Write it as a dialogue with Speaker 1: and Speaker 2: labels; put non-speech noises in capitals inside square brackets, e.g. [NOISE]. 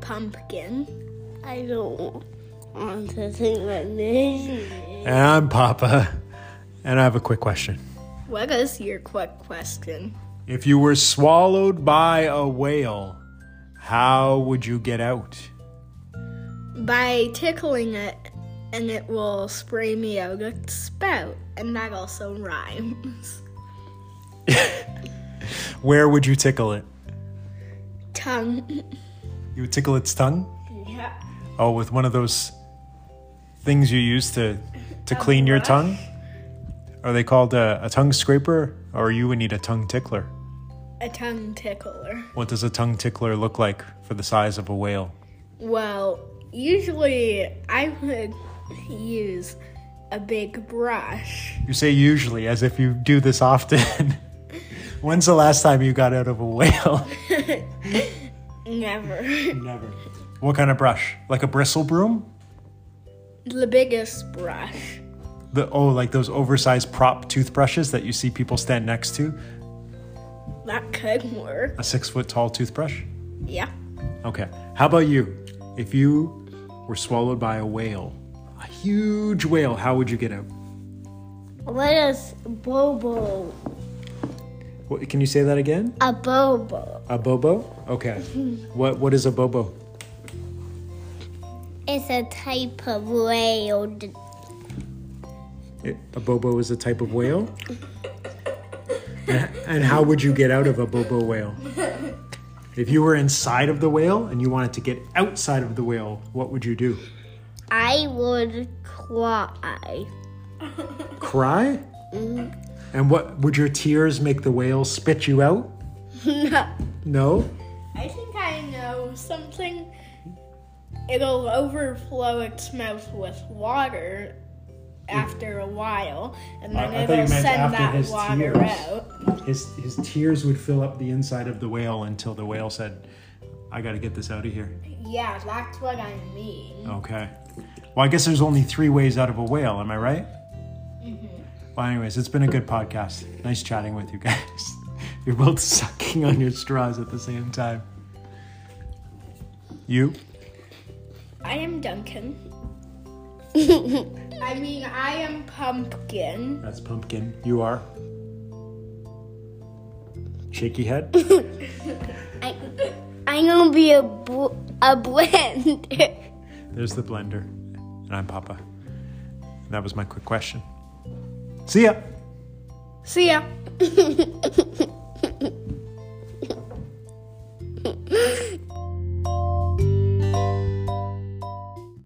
Speaker 1: pumpkin. I don't want to think my name.
Speaker 2: And I'm Papa. And I have a quick question.
Speaker 1: What is your quick question?
Speaker 2: If you were swallowed by a whale, how would you get out?
Speaker 1: By tickling it, and it will spray me out a spout, and that also rhymes. [LAUGHS]
Speaker 2: Where would you tickle it?
Speaker 1: Tongue.
Speaker 2: You would tickle its tongue?
Speaker 1: Yeah.
Speaker 2: Oh, with one of those things you use to to clean your
Speaker 1: brush?
Speaker 2: tongue? Are they called a, a tongue scraper? Or you would need a tongue tickler?
Speaker 1: A tongue tickler.
Speaker 2: What does a tongue tickler look like for the size of a whale?
Speaker 1: Well, usually I would use a big brush.
Speaker 2: You say usually as if you do this often. [LAUGHS] When's the last time you got out of a whale?
Speaker 1: Never. [LAUGHS]
Speaker 2: Never. What kind of brush? Like a bristle broom?
Speaker 1: the biggest brush.
Speaker 2: The oh, like those oversized prop toothbrushes that you see people stand next to?
Speaker 1: That could work.
Speaker 2: A six foot tall toothbrush?
Speaker 1: Yeah. [LAUGHS]
Speaker 2: Okay. How about you? If you were swallowed by a whale, a huge whale, how would you get out?
Speaker 1: What is bobo?
Speaker 2: What, can you say that again?
Speaker 1: A bobo.
Speaker 2: A bobo? Okay. what what is a bobo?
Speaker 3: It's a type of whale. d-
Speaker 2: It- a bobo is a type of whale. and, and how would you get out of a bobo whale? If you were inside of the whale and you wanted to get outside of the whale, what would you do?
Speaker 3: I would cry.
Speaker 2: Cry? And what would your tears make the whale spit you out? No. No?
Speaker 1: I think I know something. It'll overflow its mouth with water after a while, and
Speaker 2: I-
Speaker 1: then
Speaker 2: I thought you
Speaker 1: it'll
Speaker 2: meant
Speaker 1: send
Speaker 2: after
Speaker 1: that
Speaker 2: his
Speaker 1: water
Speaker 2: tears.
Speaker 1: out.
Speaker 2: His his tears would fill up the inside of the whale until the whale said, "I got to get this out of here."
Speaker 1: Yeah, that's what I mean.
Speaker 2: Okay. Well, I guess there's only three ways out of a whale. Am I right? Well, anyways, it's been a good podcast. Nice chatting with you guys. [LAUGHS] You're both sucking on your straws at the same time. You?
Speaker 1: I am Duncan. I mean, I am Pumpkin.
Speaker 2: That's pumpkin. You are? Shaky head?
Speaker 3: I, I'm gonna be a bl- a blender. [LAUGHS]
Speaker 2: There's the blender. And I'm Papa. That was my quick question. See ya!
Speaker 1: See ya.